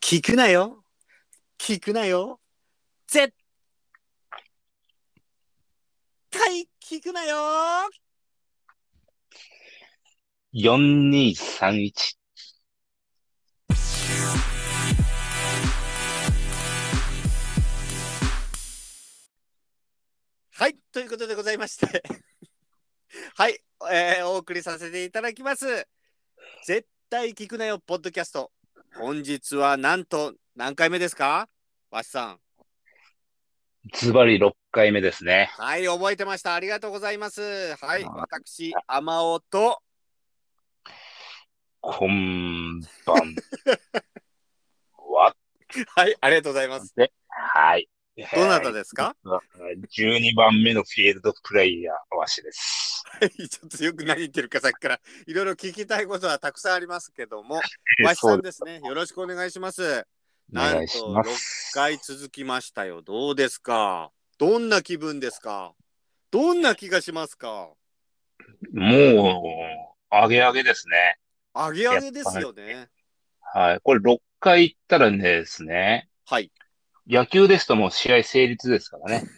聞くなよ聞くなよ絶対聞くなよ4231。はい、ということでございまして。 はい、えーお送りさせていただきます。絶対聞くなよ、ポッドキャスト。本日はなんと何回目ですかわしさん。ズバリ6回目ですね。はい、覚えてました。ありがとうございます。はい、私、あまおと、こんばんわはい、ありがとうございます。って。はい。どなたですかはい12番目のフィールドプレイヤー、わしです。はい ちょっとよく何言ってるかさっきからいろいろ聞きたいことはたくさんありますけど も、わしさんですね。よろしくお願いします。お願いします。一回続きましたよ。どうですかどんな気分ですかどんな気がしますかもう、あげあげですね。あげあげですよね。はい。これ6回行ったらねですね、はい。野球ですともう試合成立ですからね。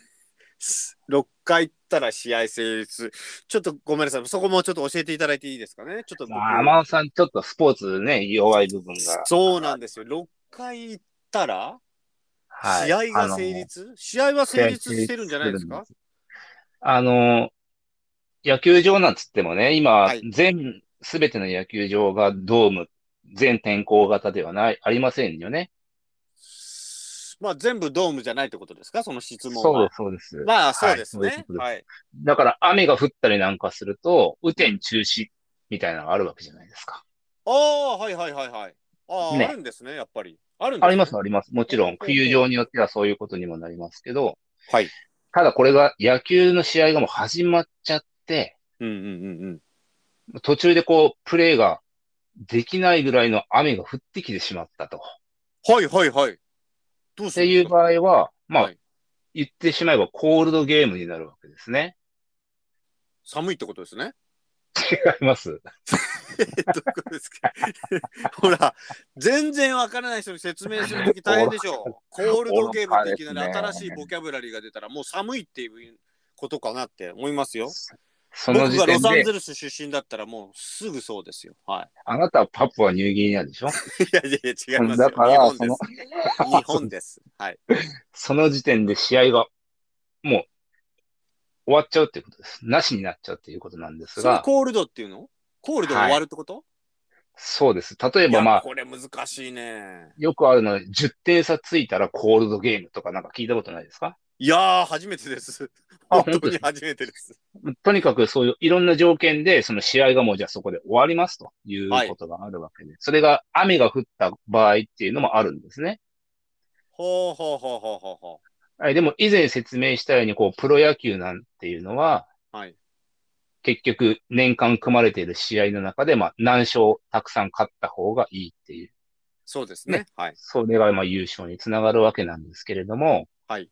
6回行ったら試合成立。ちょっとごめんなさい。そこもちょっと教えていただいていいですかね。ちょっと僕まあ、天野さん、ちょっとスポーツね、弱い部分が。そうなんですよ。6回行ったらはい試合が成立、試合は成立してるんじゃないですかあの、野球場なんつってもね、今はい、全、すべての野球場がドーム、全天候型ではない、ありませんよね。まあ全部ドームじゃないってことですかその質問そうはで。す、そうです。まあそうですはいそうねいうこ。とですはい。だから雨が降ったりなんかすると、雨天中止みたいなのがあるわけじゃないですか。ああ、はいはいはいはい。ああ、ねあるんですね、やっぱり。あるんですねあります、あります。もちろん、球場によってはそういうことにもなりますけど、はい。ただこれが野球の試合がもう始まっちゃって、うんうんうんうん。途中でこう、プレーができないぐらいの雨が降ってきてしまったと。はいはいはい。どうっするてんいでうすか場合は、まはあい、言ってしまえばコールドゲームになるわけですね。寒いってことですね。 違います。えどういうことですか ほら、全然わからない人に説明するとき大変でし ょう。コールドゲームっていきなり愚かで新すしねいボキャブラリーが出たら、もう寒いっていうことかなって思いますよ。そ僕の時がロ点サンで、ゼルス出身だったら、もうすぐそうですよ。はあなたはパプアニューギニアでしょい。いやいやいや、違いますよ。だから、日そ本でのす。、 日本です。はい。 その時点で試合が、もう、終わっちゃうっていうことです。なしになっちゃうっていうことなんですそれが、コールドっていうのコールドが終わるってこと、そうです。例えいやばまあ、これ難しいね。よくあるのは、10点差ついたらコールドゲームとかなんか聞いたことないですかいやー、初めてです。あ本 本当当でにす初めてです。とにかくそういういろんな条件で、その試合がもうじゃあそこで終わりますというはいことがあるわけで、それが雨が降った場合っていうのもあるんですね。ほうほうほうほうほうほはい、でも以前説明したように、こう、プロ野球なんていうのは、う。はい。結局年間組まれている試合の中で、まあ、何勝たくさん勝った方がいいっていう、そうですね。ねはい。それがまあ優勝につながるわけなんですけれども、はい。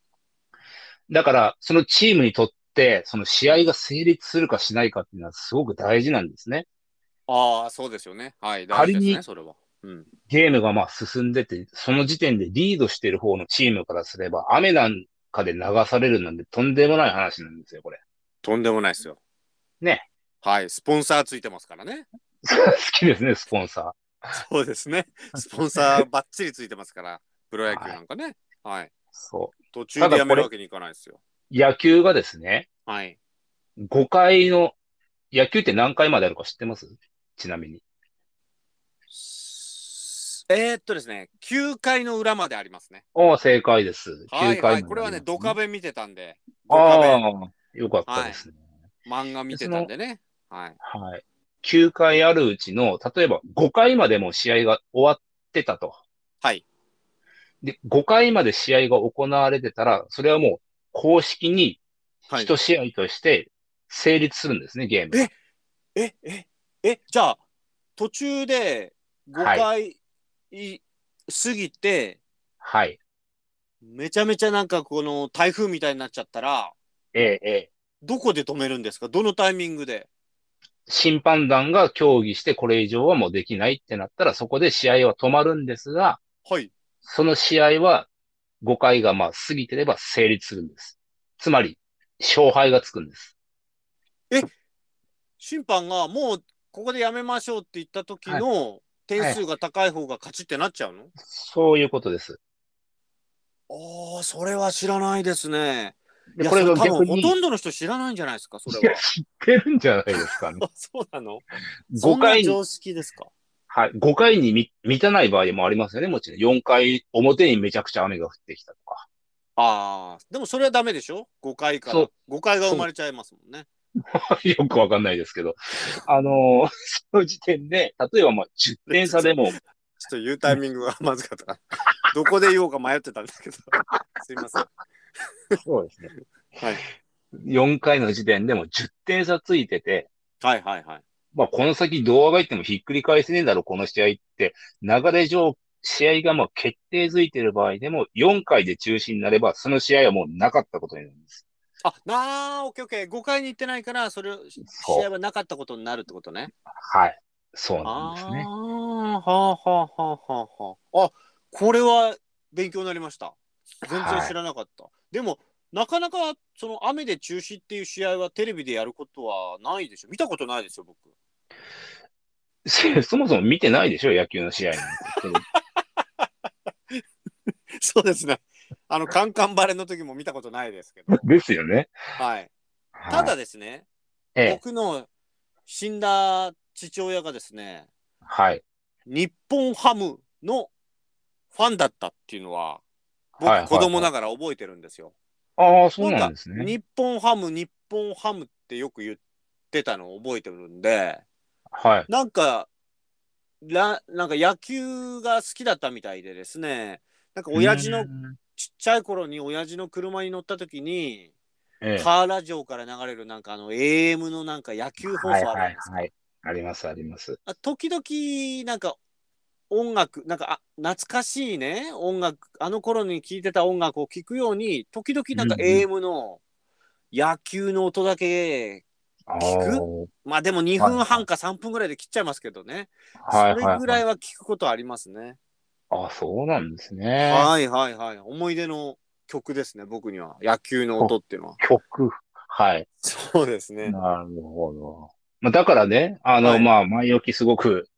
だから、そのチームにとって、その試合が成立するかしないかっていうのはすごく大事なんですね。ああ、そうですよね。はい。大仮事にですね、それは。うん。ゲームがまあ進んでて、その時点でリードしてる方のチームからすれば、雨なんかで流されるなんてとんでもない話なんですよ、これ。 とんでもないですよ。ね。はい。スポンサーついてますからね。好きですね、スポンサー。そうです ね。スポンサーばっちりついてますから、プロ野球なんかね。はい。そ途中でやめるわけにいかないですよ。う。野球がですね、はい。 5回の、野球って何回まであるか知ってますちなみに。えー、っとですね、9回の裏までありますね。おー正解です。はい、は9回までありますい。これはね、ドカベン見てたんで、ドカベンああ、よかったですね。漫画見てたんでね。はい。はい。9回あるうちの、例えば5回までもう試合が終わってたと。はい。で、5回まで試合が行われてたら、それはもう公式にはい、一試合として成立するんですね、ゲーム。ええ、え、え、じゃあ、途中で5回、い過ぎて、はい。めちゃめちゃなんかこの台風みたいになっちゃったら、ええ、ええ。どこで止めるんですかどのタイミングで審判団が協議してこれ以上はもうできないってなったら、そこで試合は止まるんですが、はい。その試合は誤解がまあ過ぎてれば成立するんです。つまり、勝敗がつくんです。審判がもうここでやめましょうって言った時の点数が高い方が勝ちってなっちゃうの、そういうことです。ああ、それは知らないですね。いで、やこれがそれ多分逆ほに、とんどの人知らないんじゃないですか、そいれや、は。知ってるんじゃないです かね。あ そうなのそ5んな回に、常識ですか。はい、5回に満満たない場合もありますよね、もちろん。4回表にめちゃくちゃ雨が降ってきたとか。 ああ、でもそれはダメでしょ ?5 回かそらう。 5回が生まれちゃいますもんね。よくわかんないですけど。あのー その時点で、例えばまあ10点差でちも、ょっと言うタイミングがまずかったな。どこで言おうか迷ってたんですけ ど。すいません。 そうですね。はい。 4回の時点でも10点差ついてて、はいはいはい。まあ、この先どうあがいてもひっくり返せねえだろ、この試合って。流れ上、試合がまあ決定づいてる場合でも、4回で中止になれば、その試合はもうなかったことになるんです。あ、なあ、オッケーオッケー。5回に行ってないから、それ、試そう合はなかったことになるってことね。はい。そうなんあですあね。ー、はあはあはあはあはあ。あ、これは勉強になりました。全然知らなかった。でも、なかなかその雨で中止っていう試合はテレビでやることはないでしょ。見たことないですよ、僕。せ そもそも見てないでしょ、野球の試合なんて そうですね。あの、カンカンバレの時も見たことないですけど。 ですよね。はい。はいただ、ですね、ええ、僕の死んだ父親がですね、はい。日本ハムのファンだったっていうのは、はいはいは僕、い子供ながら覚えてるんですよ。ああ、そうなんですね。日本ハム、日本ハムってよく言ってたのを覚えてるんで、はい。なんか、らなんか野球が好きだったみたいでですね、なんか親父のうーんちっちゃい頃に親父の車に乗った時に、ええ、カーラジオから流れるなんかあの AM のなんか野球放送あはるいじゃはないいですか。はい。あります、あります。あ時々なんか音楽なんかあ懐かしいね音楽あの頃に聴いてた音楽を聴くように時々なんかうんうん AM の野球の音だけ、ああ聞まあでも2分半か3分ぐらいで切っちゃいますけどね、はいそはれぐいはらい。いは聞くことありますね。ああ、そうなんですね。はいはいはい思い出の曲ですね僕には野球の音っていうのは。曲。はい。そうですね。なるほど。まあ、だからね、あの、はいまあ、前置きすごく、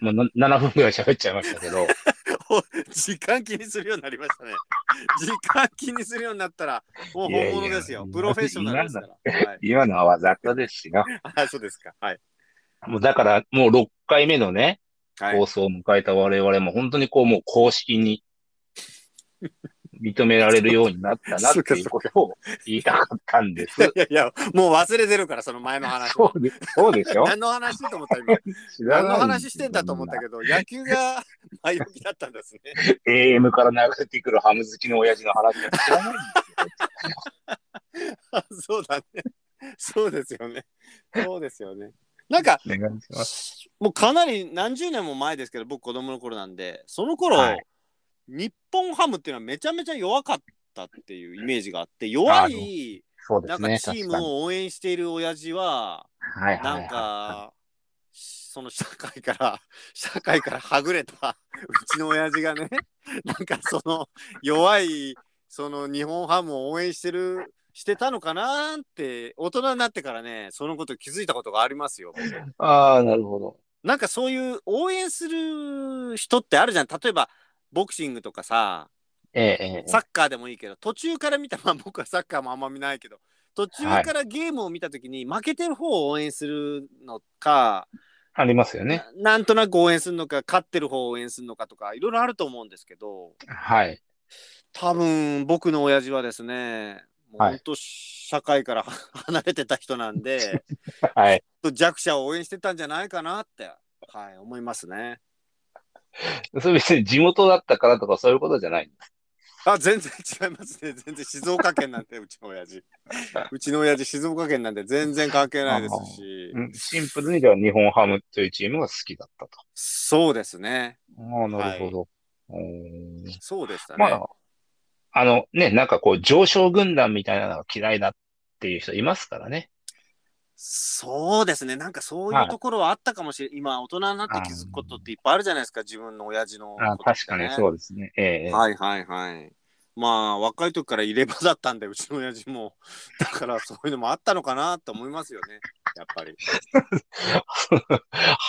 まあ、な7分ぐらい喋っちゃいました けど、お時間気にするようになりましたね。時間気にするようになったら、もう本物ですよ。いやいやプロフェッショナルですから。はい、今のはわざとですよ。あそうですか。はい。もうだから、もう6回目のね、はい放、送を迎えた我々も、本当にこう、もう公式に認められるようになったなっていう ことを言いたかったんです。いやいや、もう忘れてるから、その前の話。そうでそうでしょ何の話と思った今。知何らのない話してんだと思ったけど、野球 が前置きだったんですね。 AM から流れてくるハム好きの親父の話なんて 知らないんですよ。あ そうだね。そうですよね。そうですよね。なんか、お願いします。もうかなり何十年も前ですけど僕子供の頃なんでその頃、はい日本ハムっていうのはめちゃめちゃ弱かったっていうイメージがあって弱いそうでなんすかね。チー確ムかに。を応援している親父ははいはいはいなんかその社会から 社会からはぐれた うちの親父がね なんかその弱いその日本ハムを応援してるしてたのかなーって大人になってからねそのこと気づいたことがありますよ。ああ、なるほど。なんかそういう応援する人ってあるじゃん例えばボクシングとかさええ、ええ。サッカーでもいいけど途中から見た まあ僕はサッカーもあんま見ないけど途中からゲームを見た時に負けてる方を応援するのか、ありますよね。ななんとなく応援するのか勝ってる方を応援するのかとかいろいろあると思うんですけどはい。多分僕の親父はですねもうはい本当社会から 離れてた人なんではい。弱者を応援してたんじゃないかなって、はい、思いますね。 それ別に地元だったからとかそういうことじゃない。あ全然違いますね全然静岡県なんてうちの親父うちの親父静岡県なんて全然関係ないですしうんシンプルにじゃあ日本ハムというチームが好きだったと。そうですねああ、なるほど。うーんそうでしたね、まあ、あのね、なんかこう上昇軍団みたいなのが嫌いだっていう人いますからね。そうですね。なんかそういうところはあったかもしれ、ない、今大人になって気づくことっていっぱいあるじゃないですか。自分の親父のことあってね、確かにそうですね。ええはいはいはい。まあ若い時から入れ歯だったんでうちの親父もだからそういうのもあったのかなと思いますよねやっぱり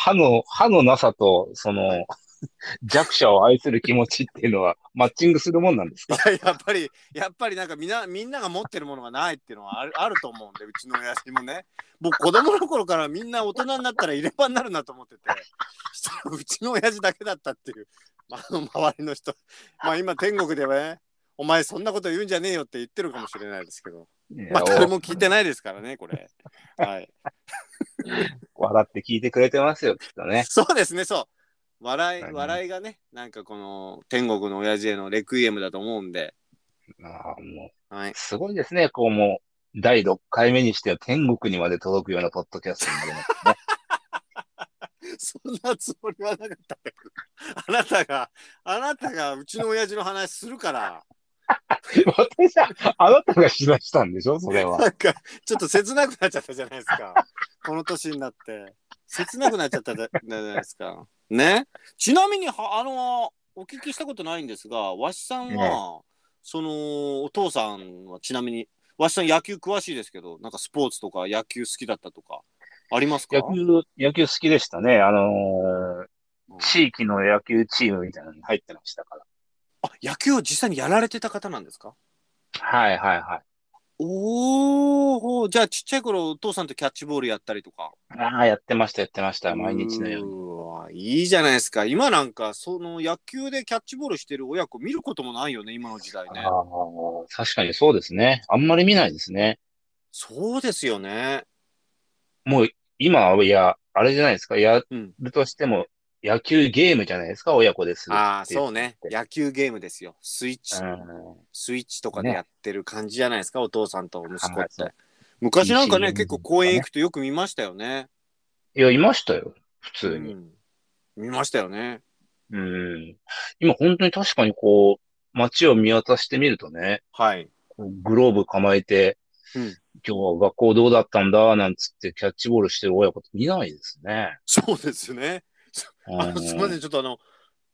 歯の、歯のなさと、その、はい 弱者を愛する気持ちっていうのは、マッチングするもんなんですかいややっぱりやっぱりなんかみんなみんなが持ってるものがないっていうのはあるあると思うんでうちの親父もね僕子供の頃からみんな大人になったら入れ歯になるなと思っててしたらうちの親父だけだったっていうあの周りの人まあ今天国ではねお前そんなこと言うんじゃねえよって言ってるかもしれないですけどまあ誰も聞いてないですからねこれはい笑って聞いてくれてますよ、きっとね。そうですね、そう。笑い、はい笑いがね、なんかこの天国の親父へのレクイエムだと思うんで。ああもうはい。すごいですね、こうもう、第6回目にしては天国にまで届くようなポッドキャストになります ね。そんなつもりはなかったけど。あなたが、あなたがうちの親父の話する から、私は、あなたがしだしたんでしょそれは。なんかちょっと切なくなっちゃったじゃないですか。この年になって。切なくなっちゃったじゃじゃないですか。ね。ちなみには、あの、お聞きしたことないんですが、わしさんは、その、お父さんはちなみに、わしさん野球詳しいですけど、なんかスポーツとか野球好きだったとか、ありますか野球、野球好きでしたね。あのうーん地域の野球チームみたいなのに入ってましたから。あ、野球を実際にやられてた方なんですかはいはいはい。おおじゃあちっちゃい頃お父さんとキャッチボールやったりとか。ああ、やってました、やってました。毎日のように。うわいいじゃないですか今なんかその野球でキャッチボールしてる親子見ることもないよね今の時代ねああ、確かにそうですね。あんまり見ないですね。そうですよねもう、今は、いや、あれじゃないですか。やうんるとしても、野球ゲームじゃないですか、親子でするああっていうそうね野球ゲームですよスイッチ、うんスイッチとかでやってる感じじゃないですか、お父さんと息子っ考えそてう昔なんかね PCM 結構公園行くとよく見ましたよねいや、いましたよ。普う通に。ん見ましたよねうん。今本当に確かにこう、街を見渡してみるとね、はいこうグローブ構えて、うん今日は学校どうだったんだ、なんつってキャッチボールしてる親子って見ないですね。そうですねあの すみません、ちょっとあの、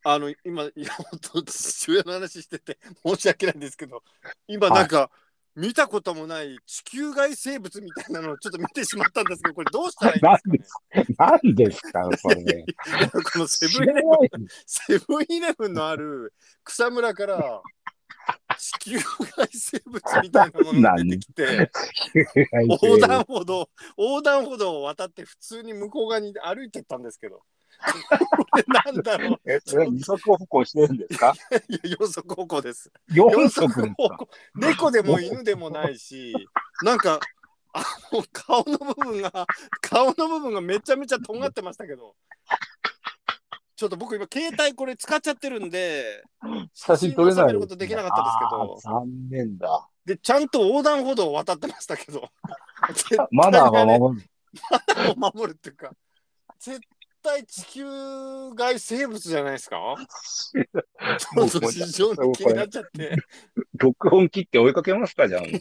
あの、今、いや、本当、父親の話してて、 申し訳ないんですけど、今、なんか、見たこともない地球外生物みたいなのをちょっと見てしまったんですけど、これどうしたらいいんですか、ね、 何ですか、それ。いやこのセブンイレブンないセブンイレブンのある草むらから、地球外生物みたいなものが出てきて、横断歩道、横断歩道を渡って、普通に向こう側に歩いてったんですけど、これなんだろうえ、それは二足歩行してるんですかいや、四足歩行です。四四足足です歩か行猫でも犬でもないしなんかあの顔の部分が顔の部分がめちゃめちゃとんがってましたけどちょっと僕今携帯これ使っちゃってるんで写真撮れない写真収めることできなかったですけどあー残念だ。でちゃんと横断歩道を渡ってましたけど絶対マナーはね守る。を守るっていうか絶対地球外生物じゃないです かちょっと非常に気になっちゃって。録音切って追いかけますか、 じゃあ。い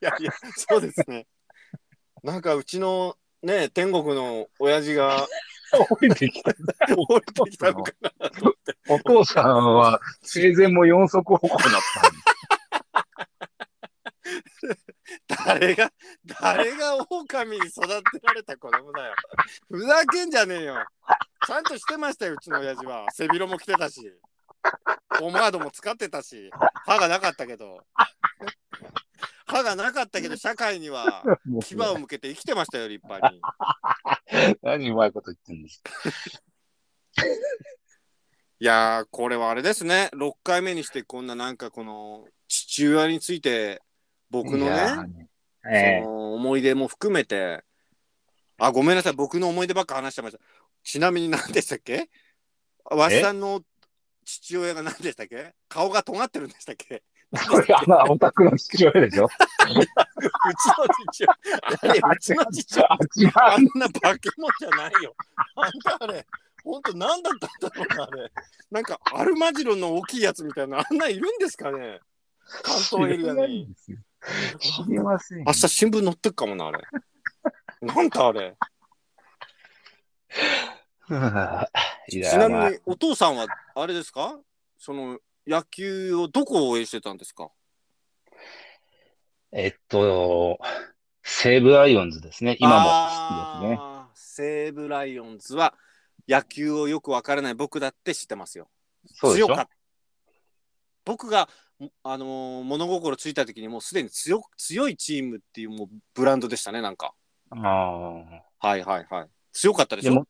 やいや、そうですね。なんかうちのね、天国の親父が降りてきた。降りてきたのかな。お父さんは生前も四足歩行だったんで誰が、誰が狼に育てられた子供だよ。ふざけんじゃねえよ。ちゃんとしてましたよ、うちの親父は。背広も着てたし、ポマードも使ってたし、歯がなかったけど。歯がなかったけど、社会にはす。もう 牙を向けて生きてましたよ、立派に。何うまいこと言ってんですか。いやーこれはあれですね6回目にしてこんななんかこの父親について僕のいやねーえそえの思い出も含めてあごめんなさい僕の思い出ばっか話してましたちなみに何でしたっけわしさんの父親が何でしたっけ顔が尖ってるんでしたっけこれ、あの、オタクの父親でしょうちの父親 あれうちの父親あ、違あうんな化け物じゃないよ。あんたあれ、ほんと何だったんだろうな、あれ。なんかアルマジロの大きいやつみたいな、あんないるんですかね関東エリアに。知りませんよ。明日新聞載ってっかもな、あれ。なんだあれ。 いちやなみまあにお父さんはあれですかその野球をどこを応援してたんですかえっと、西武ライオンズですね。今も好きですね。あー西武ライオンズは野球をよくわからない僕だって知ってますよ。そうでし強ょかった。僕が、あのー物心ついた時にもうすでに強強いチームっていうもうブランドでしたね、なんか。ああ。はいはいはい。強かったでしでょも、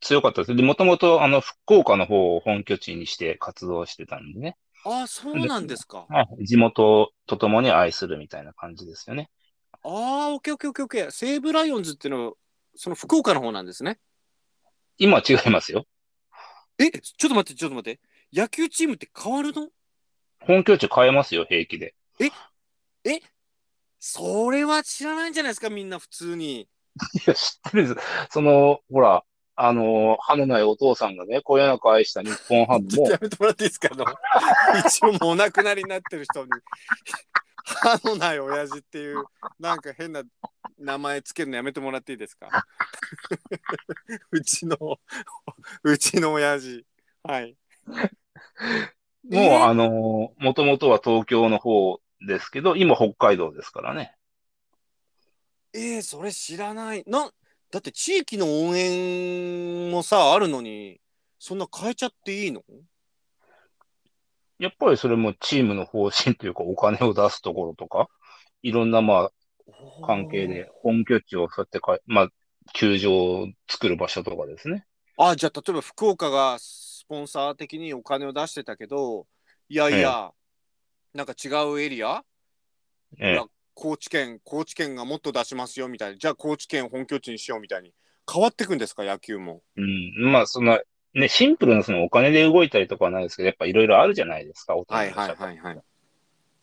強かったです。で、もともと、あの、福岡の方を本拠地にして活動してたんでね。ああ、そうなんですか。はい。地元と共に愛するみたいな感じですよね。ああ、オッケーオッケーオッケーオッケー。西武ライオンズっていうのは、その福岡の方なんですね。今は違いますよ。え、ちょっと待って、ちょっと待って。野球チームって変わるの本拠地変えますよ、平気で。それは知らないんじゃないですか、みんな普通に。いや、知ってるんです。その、ほら、あの、歯のないお父さんがね、こよなく愛した日本 ハムちょっもと、やめてもらっていいですか、あの 一応もうお亡くなりになってる人に、歯のない親父っていう、なんか変な名前つけるのやめてもらっていいですか。 うちの、うちの親父。 はい。もう、あの、もともとは東京の方ですけど、今北海道ですからね。えー、それ知らない。なんだって地域の応援もさあるのにそんな変えちゃっていいのやっぱりそれもチームの方針というか、お金を出すところとか、いろんな、まあ、関係。で、本拠地をそうやってかえ、まあ、球場を作る場所とかですね。あじゃあ例えば福岡がスポンサー的にお金を出してたけどいやいや、なんか違うエリアええいや高知県高知県がもっと出しますよみたいなじゃあ高知県を本拠地にしようみたいに変わってくんですか野球も。うん。まあ、そんな、ね、シンプルなそのお金で動いたりとかはないですけど、やっぱいろいろあるじゃないですか、大人の社会。いはい。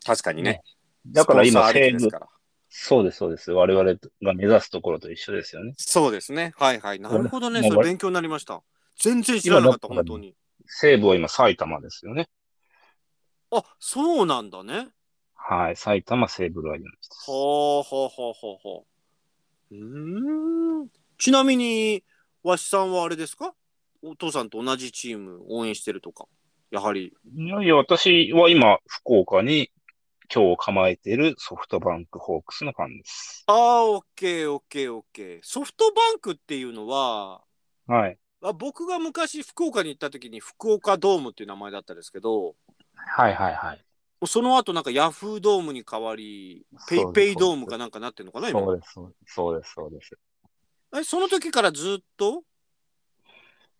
確かにね。だから今、スポンサーありき西です武から。そうです、そうです。我々が目指すところと一緒ですよね。そうですね。はいはい。なるほどね。もうそれ勉強になりました。全然知らなかった、今本当に。西武は今埼玉ですよね。あ、そうなんだね。はい。埼玉西武ライオンズです。ほうほうほうほうほう。うーん。ちなみに、わしさんはあれですかお父さんと同じチーム応援してるとか。やはり。いやいや、私は今、福岡に今日構えているソフトバンクホークスのファンです。ああ、オッケーオッケーオッケー。ソフトバンクっていうのは、はい。あ僕が昔福岡に行った時に福岡ドームっていう名前だったんですけど、はいはいはい。その後なんかヤフードームに変わり、ペイペイドームかなんかなってるのかな今そうです、そうです、そうです。そうですえ、その時からずっと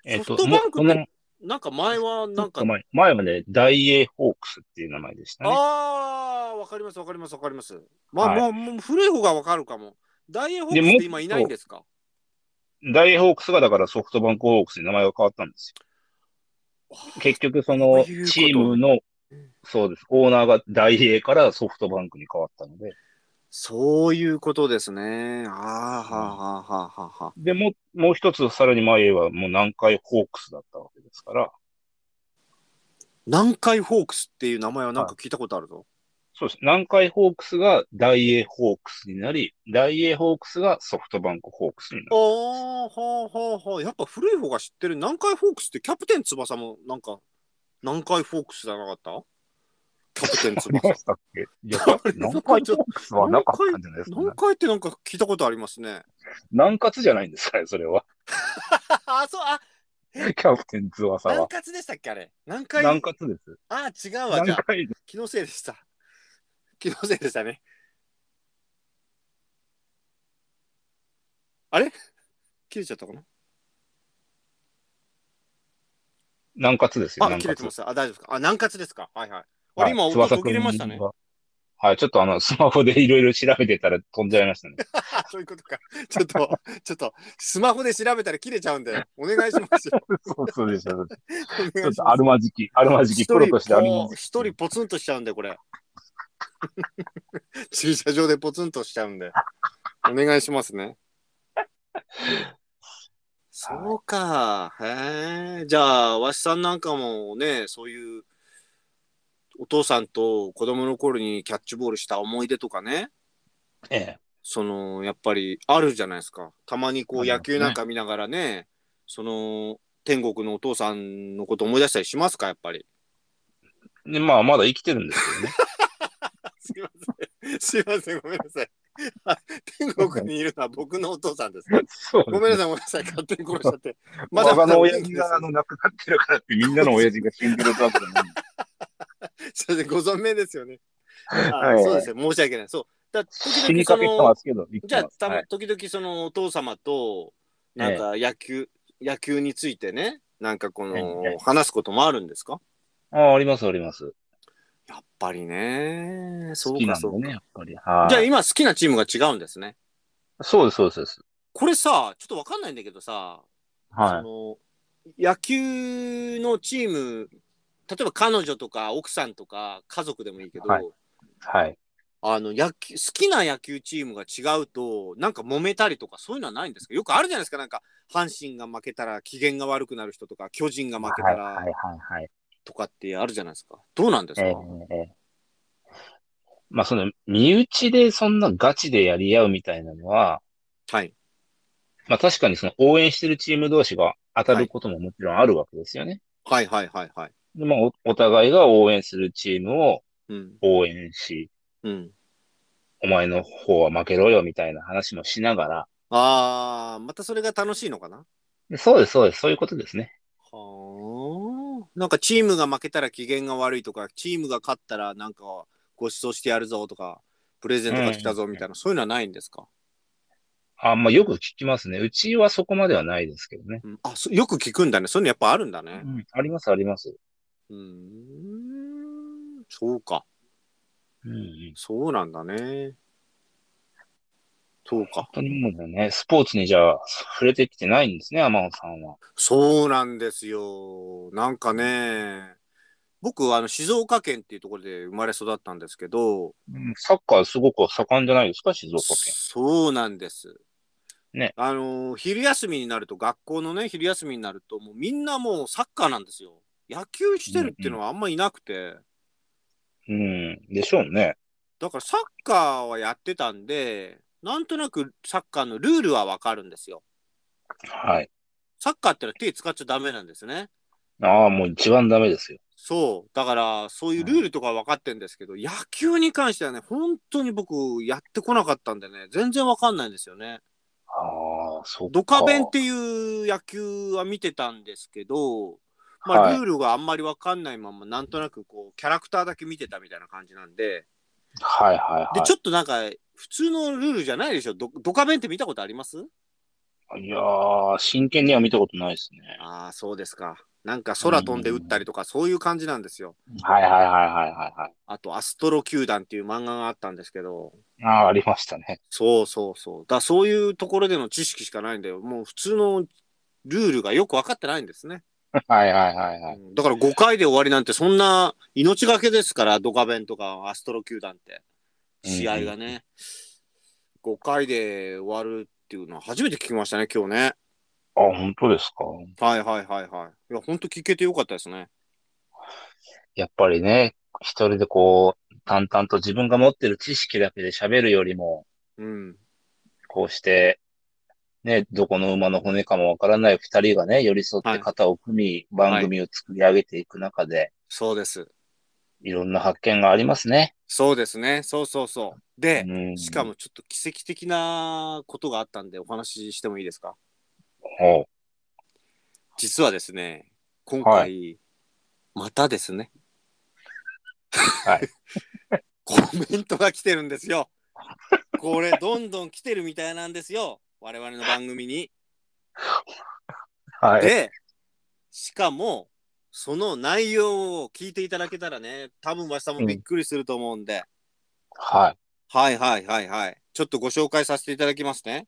えっソと、フトバンクってもうこのなんか前はなんか、前、前はね、ダイエーホークスっていう名前でしたね。ああ、わかりますわかりますわかります。まあ、はいもうもう古い方がわかるかも。ダイエーホークスって今いないんですかダイエーホークスがだからソフトバンクホークスに名前が変わったんですよ。結局そのそういうことチームの、そうです、オーナーがダイエーからソフトバンクに変わったので、そういうことですね。ああ、はあはあはあはあ。で、もう、もう一つさらに前はもう南海ホークスだったわけですから、南海ホークスっていう名前はなんか聞いたことあるぞ。そうです。南海ホークスがダイエーホークスになり、ダイエーホークスがソフトバンクホークスになる。ああ、はあはあはあ。やっぱ古い方が知ってる。南海ホークスってキャプテン翼もなんか、南海ホークスじゃなかったキャプテン ありま翼。したっけいや南海ホ南海ホークスはなかったんじゃないですか、南海ってなんか聞いたことありますね。南葛じゃないんですかね、それは。 あ、そう、あ、キャプテン翼南は。葛でしたっけあれ。南海。南葛です。あ違うわ。じゃ南あ、海気のせいでした。気のせいでしたね。あれ切れちゃったかな南葛ですよ、あ、南切れて葛ま。す。あ、大丈夫ですか。あ、南葛ですか。はいはい。あはれ、い今、音翼途切れましたね君。がはい、ちょっとあの、スマホでいろいろ調べてたら飛んじゃいましたね。あそういうことか。ちょっと、ちょっと、スマホで調べたら切れちゃうんで、お願いしますよ。 そうそうでした。 ちお願いしょまっすとあるまじき、あるまじき、プロとしてあるまじき。一人ポツンとしちゃうんでこれ 駐車場でポツンとしちゃうんでお願いしますねそうかへえじゃあわしさんなんかもねそういうお父さんと子供の頃にキャッチボールした思い出とかねええそのやっぱりあるじゃないですかたまにこあうりますね野球なんか見ながらねその天国のお父さんのこと思い出したりしますかやっぱりで、まあ、まだ生きてるんですけどね。すいません すいませんごめんなさい あ天国にいるのは僕のお父さんですそうごめんなさいさい。ごめんなさい勝手に殺しちゃ ってままだだ、まあだのお親元気父ですが、あの、亡くなってるからって、みんなの親父が死んでるわけじゃ ない。すいませんご存命ですよねあ はいそうですね申し訳ないそうだ時死に々かそけてのますけど、生きじゃてあます。た、はい時々そのお父様となんか野球、野球についてねなんかこの、ええ話すこともあるんですかああ、ります、あります。やっぱりねそ好うきかなそんでうか、ね、やっぱり。はい。じゃあ今好きなチームが違うんですねそうです、そうですそうです。これさちょっとわかんないんだけどさ、はい。その野球のチーム例えば彼女とか奥さんとか家族でもいいけど、はいはい。あの野球好きな野球チームが違うとなんか揉めたりとかそういうのはないんですかよくあるじゃないですかなんか阪神が負けたら機嫌が悪くなる人とか巨人が負けたはい、はらい、はいはい。とかってあるじゃないですかどうなんですえか、えええまあ、その、身内でそんなガチでやり合うみたいなのは、はいまあ、確かにその応援してるチーム同士が当たることももちろんあるわけですよね。はいはいはいはいで、まあ、お、お互いが応援するチームをうん応援し、うんお前の方は負けろよみたいな話もしながら、あーまたそれが楽しいのかなでそうです、そうです、そういうことですね。はあなんかチームが負けたら機嫌が悪いとかチームが勝ったらなんかご馳走してやるぞとかプレゼントが来たぞみたいな、そういうのはないんですか、あ、まあ、よく聞きますね。うちはそこまではないですけどね。うん、あそよく聞くんだねそういうのやっぱあるんだね、うん、あります、あります。うーん、そうか、うんうん、そうなんだね。そうか本、当にもうね、スポーツにじゃあ触れてきてないんですね、天野さんは。そうなんですよ。なんかね、僕あの静岡県っていうところで生まれ育ったんですけど、うんサッカーすごく盛んじゃないですか、静岡県。そうなんです。ねあの昼休みになると学校のね昼休みになるともうみんなもうサッカーなんですよ。野球してるっていうのはあんまいなくて。うん、でしょうね。だからサッカーはやってたんでなんとなくサッカーのルールはわかるんですよ。はい。サッカーってのは手使っちゃダメなんですね。ああ、もう一番ダメですよ。そう。だから、そういうルールとかは分かってんですけど、野球に関してはね、本当に僕、やってこなかったんでね、全然分かんないんですよね。ああ、そっドカベンっか。ていう野球は見てたんですけど、まはあ、いルールがあんまり分かんないまま、なんとなくこう、キャラクターだけ見てたみたいな感じなんで、はいはいで、はちょっとなんか、普通のルールじゃないでしょ。ドドカベンって見たことありますい。いやー、真剣には見たことないですね。ああ、そうですか。なんか空飛んで打ったりとか、そういう感じなんですよ。はいはいはいはいはいはあと、アストロ球団っていう漫画があったんですけど、い。ああ、ありましたね。 そうそうそう。だからそういうところでの知識しかないんだよ。もう普通のルールがよく分かってないんですね。はいはいはいはい。だから5回で終わりなんてそんな命がけですから、ドカベンとかアストロ球団って。試合がね。5回で終わるっていうのは初めて聞きましたね、今日ね。あ、本当ですか。はいはいはいはい。いや、ほんと聞けてよかったですね。やっぱりね、一人でこう、淡々と自分が持ってる知識だけで喋るよりも、うん。こうして、ね、どこの馬の骨かもわからない二人がね、寄り添って肩を組み、番組を作り上げていく中で、そうです。いろんな発見がありますね。そうですね。そうそうそう。で、うんしかもちょっと奇跡的なことがあったんでお話ししてもいいですかほ実はですね、今回、はまたですね、はい、 コメントが来てるんですよ。これ、どんどん来てるみたいなんですよ、我々の番組に。う。はい。で、しかも、その内容を聞いていただけたらね、多分、わしさんもびっくりすると思うんで、はい。はいはいはいはい。ちょっとご紹介させていただきますね。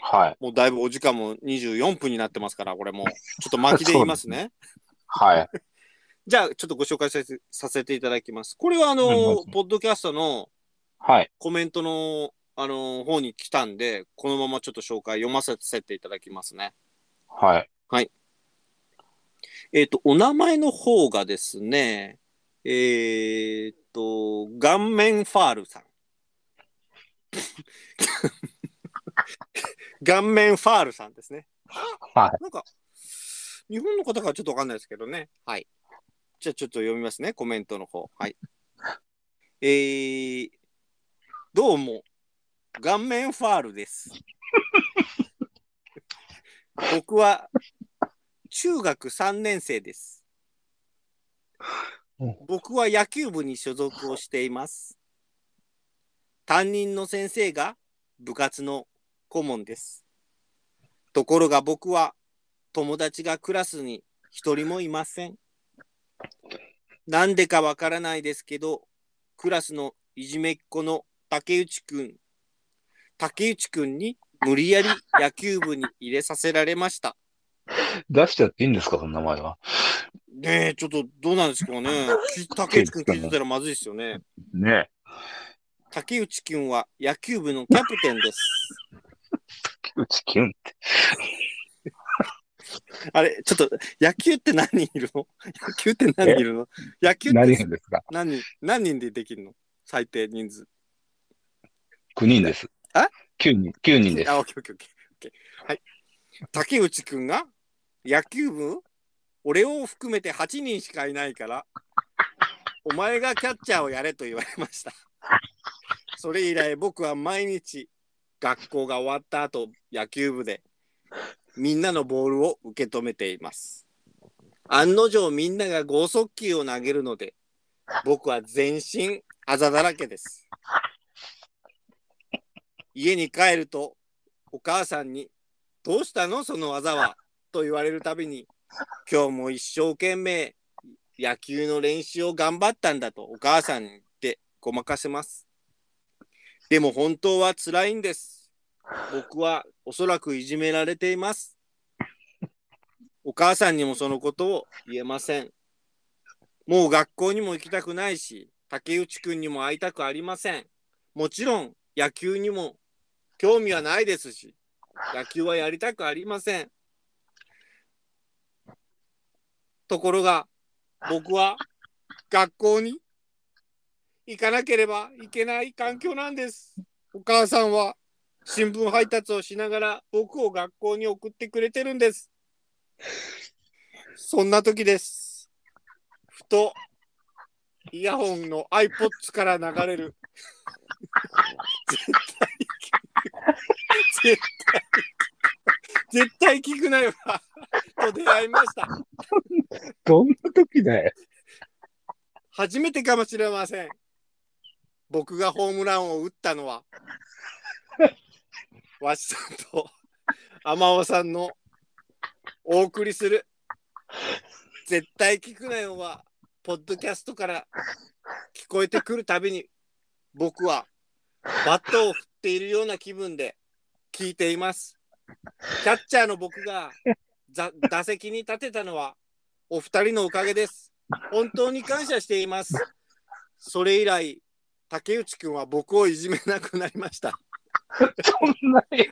はい。もうだいぶお時間も24分になってますから、これもう、ちょっと巻きで言いますね。はい。じゃあ、ちょっとご紹介させさせていただきます。これは、あのうんうんポッドキャストのはい。コメントの、あの方に来たんで、このままちょっと紹介読ませていただきますね。はい。えっ、と、お名前の方がですね、 えっ、と、顔面ファールさん。顔面ファールさんですね。はなんか、日本の方からちょっとわかんないですけどね。はい。じゃあちょっと読みますね、コメントの方。はい。えー、どうも、顔面ファール です。僕は中学3年生ですうん。僕は野球部に所属をしています。担任の先生が部活の顧問です。ところが僕は友達がクラスに一人もいません。なんでかわからないですけど、クラスのいじめっ子の竹内くん、竹内くんに無理やり野球部に入れさせられました。出しちゃっていいんですか、その名前は。ねえ、ちょっとどうなんですかね。き竹内くん聞いてたらまずいですよね。ね竹内くんは野球部のキャプテンです。え。うちキュン。あれ、ちょっと野球って何人いるの野球って何人いるの野球って何人ですか何人何人でできるの最低人数。 ?9 人です。あ ?9 人、九人です。あ、オッケーオッケーオッケーオッケー。はい。竹内くんが野球部、俺を含めて8人しかいないから、お前がキャッチャーをやれと言われました。それ以来僕は毎日学校が終わった後野球部でみんなのボールを受け止めています。案の定みんなが剛速球を投げるので僕は全身あざだらけです。家に帰るとお母さんに「どうしたのその技は」と言われるたびに「今日も一生懸命野球の練習を頑張ったんだ」とお母さんに言ってごまかせます。でも本当は辛いんです。僕はおそらくいじめられています。お母さんにもそのことを言えません。もう学校にも行きたくないし、竹内くんにも会いたくありません。もちろん野球にも興味はないですし、野球はやりたくありません。ところが、僕は学校に行かなければいけない環境なんです。お母さんは新聞配達をしながら僕を学校に送ってくれてるんです。そんな時です。ふと、イヤホンの iPods から流れる絶対、絶対聞くなよと出会いました。どんな時だよ。初めてかもしれません。僕がホームランを打ったのは、 わしさんと天尾さんのお送りする、絶対聞くなよは、ポッドキャストから聞こえてくるたびに、僕はバットを振っているような気分で聞いています。キャッチャーの僕がざ打席に立てたのは、お二人のおかげです。本当に感謝しています。それ以来、竹内くんは僕をいじめなくなりました。そんなに。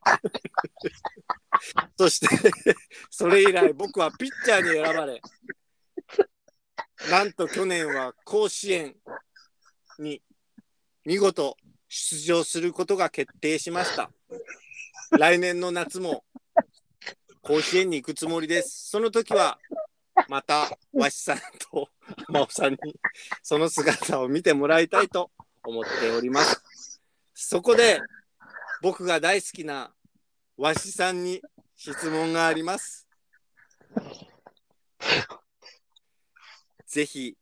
そして、 それ以来僕はピッチャーに選ばれ、なんと去年は甲子園に見事出場することが決定しました。来年の夏も甲子園に行くつもりです。その時はまたわしさんと真央さんにその姿を見てもらいたいと思っております。そこで僕が大好きなわしさんに質問があります。ぜひ、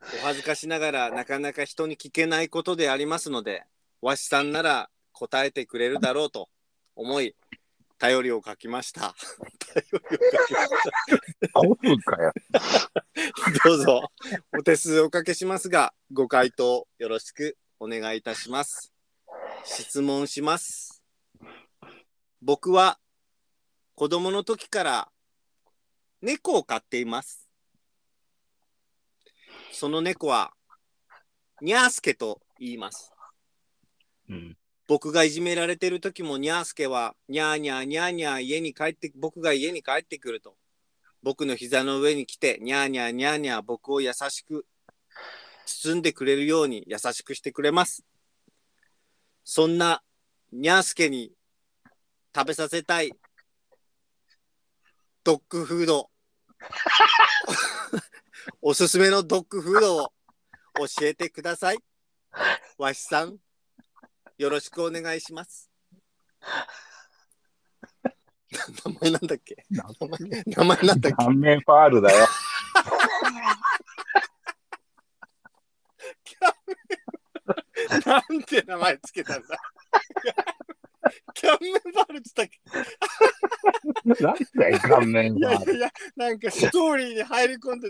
お恥ずかしながらなかなか人に聞けないことでありますので、わしさんなら答えてくれるだろうと思い、頼りを書きました。 頼りを書きましオフかよ。た。どうぞ、お手数おかけしますが、ご回答よろしくお願いいたします。質問します。僕は子供の時から猫を飼っています。その猫はニャースケと言います。うん。僕がいじめられてる時もニャースケはニャーニャーニャーニャー家に帰って僕が家に帰ってくると僕の膝の上に来てニャーニャーニャーニャー僕を優しく包んでくれるように優しくしてくれますそんなニャースケに食べさせたいドッグフード おすすめのドッグフードを教えてくださいわしさんよろしくお願いします 名前なんだっけ名前名前なんだっ顔面ファールだよ。けなんて名前つけたんだキャンメンバールっつったっけなんだよ、顔面フいやァいーやル。いや、なんかストーリーに入り込んで、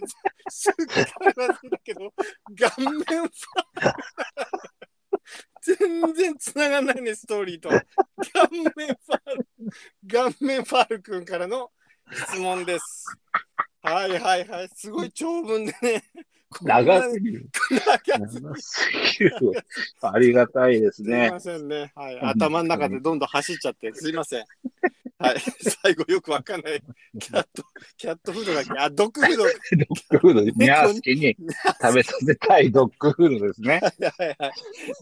すっごい話だけど、顔面ファウル。全然つながんないね、ストーリーと。顔面ファウル。顔面ファウル君からの質問です。はいはいはい、すごい長文でね。こんな長すぎる。長すぎ長すぎる。ありがたいですすみ ね。ませんね。はい。頭の中でどんどん走っちゃって、すいません。はい。最後よくわかんない。キャット、キャットフードだっけあ、ドッグフードかドッグフード、ニャースケに食べさせたいドッグフードですね。はいはいはい。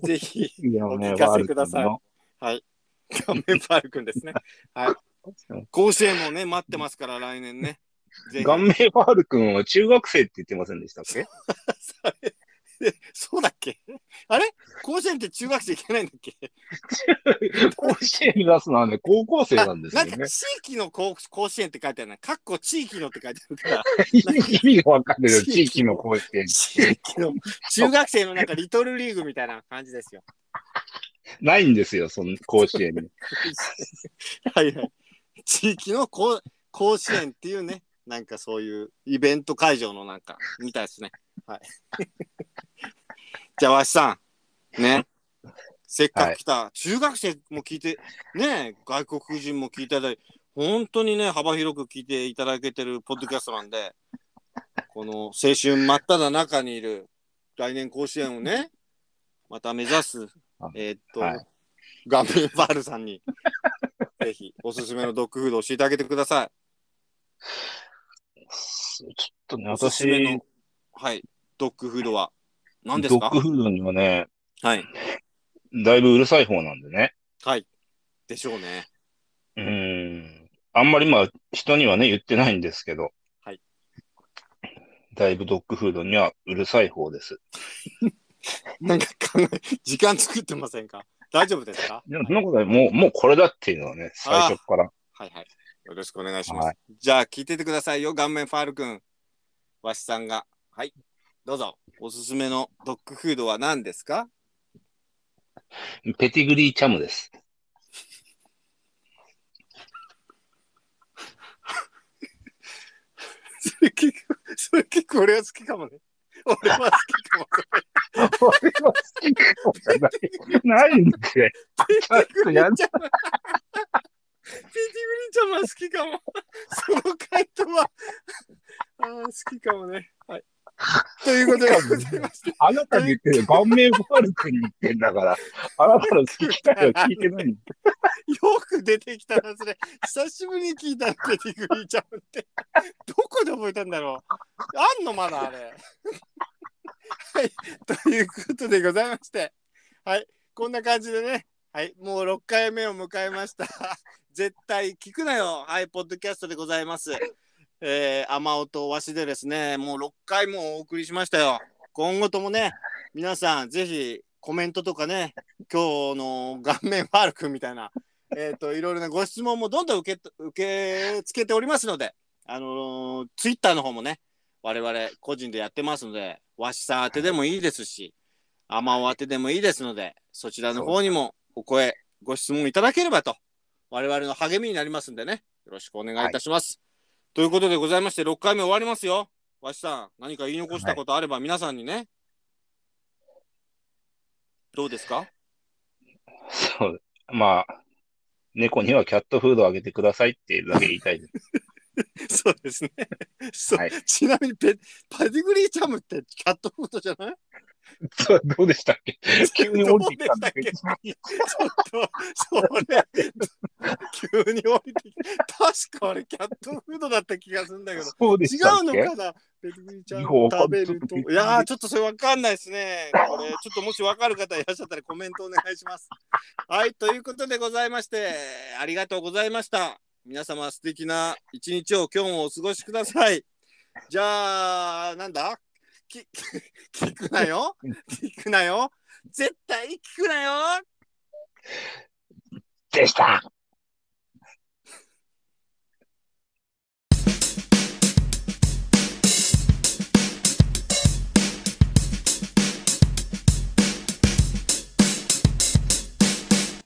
ぜひ、 いやおね聞かせくださいワールカメパルくんですね。ド君の甲子園もね、待ってますから、来年ね。ぜひ顔面ファール君は中学生って言ってませんでしたっ けそれえそうだっけあれ甲子園って中学生いけないんだっけ甲子園に出すのはね、高校生なんですなよんねか。地域の甲甲子園って書いてあるな。かっこ地域のって書いてあるから、意味がわかんないよ、地域地域のの甲子園。地域の中学生のなんかリトルリーグみたいな感じですよ。ないんですよ、その甲子園に。 はいはい。地域の甲甲子園っていうね、なんかそういうイベント会場のなんか、みたいですね。はい。じゃあ、わしさん、ね、せっかく来た、中学生も聞いて、ね、外国人も聞いていただいて、本当にね、幅広く聞いていただけてるポッドキャストなんで、この青春真っ只中にいる、来年甲子園をね、また目指すあ、えーっと、はいガムバールさんに、ぜひおすすめのドッグフードを教えてあげてください。 ちょっとね、おすすめの私、、はい、ドッグフードは何ですドかッグフードにはね、はい。だいぶうるさい方なんでね。はい。でしょうね。うん。あんまりまあ、人にはね、言ってないんですけど。はい。だいぶドッグフードにはうるさい方です。なんか考え、時間作ってませんか大丈夫ですかでもそのことはもう、もうこれだっていうのはね、最初から。はいはい。よろしくお願いします。はじゃあ、聞いててくださいよ、顔面ファール君。わしさんが。はい。どうぞ。おすすめのドッグフードは何ですかペティグリーチャムです。それ結構、それ結構俺は好きかもね。俺は好きかも。これは好きかもじゃない。ないんで。ち ょっとやだピーティグリンちゃんは好きかも。その回答は、あー好きかもね。はい。ということでございまして、あなたに言ってるよ顔面ファール君に言ってんだから、あなたの好き嫌いを聞いてないんだよく出てきたな、それ。久しぶりに聞いたなペティグリンちゃんって。どこで覚えたんだろう。あんのまだあれ。はい。ということでございまして、はい。こんな感じでね、はい。もう6回目を迎えました。絶対聞くなよ。はい、ポッドキャストでございます。えー、雨音わしでですね、もう6回もお送りしましたよ。今後ともね、皆さん、ぜひコメントとかね、今日の顔面ファール君みたいな、 えっ、と、いろいろなご質問もどんどん受けと受け付けておりますので、あのー、ツイッターの方もね、我々個人でやってますので、わしさん宛てでもいいですし、雨音宛てでもいいですので、そちらの方にもお声、ご質問いただければと、我々の励みになりますんでね、よろしくお願いいたします。ということでございまして、6回目終わりますよ。わしさん、何か言い残したことあれば、皆さんにね、どうですかそう。まあ、猫にはキャットフードをあげてくださいっていうだけ言いたいです。 そうですね。そうはいちなみにペ、パディグリーチャムってキャットフードじゃないそうどうでしたっけ 急に降りてきたんだけどど。ちょっと、 そ れ、急に降りてきた。確かあれ、キャットフードだった気がするんだけど。そうで違したっうけのかなペグミちゃんいやわかん食べると。ちょっといやー、ちょっとそれわかんないですね。これ、ちょっともしわかる方いらっしゃったらコメントお願いします。はい、ということでございまして、ありがとうございました。皆様素敵な一日を今日もお過ごしください。じゃあ、なんだき、 聞くなよ聞くなよ絶対聞くなよでした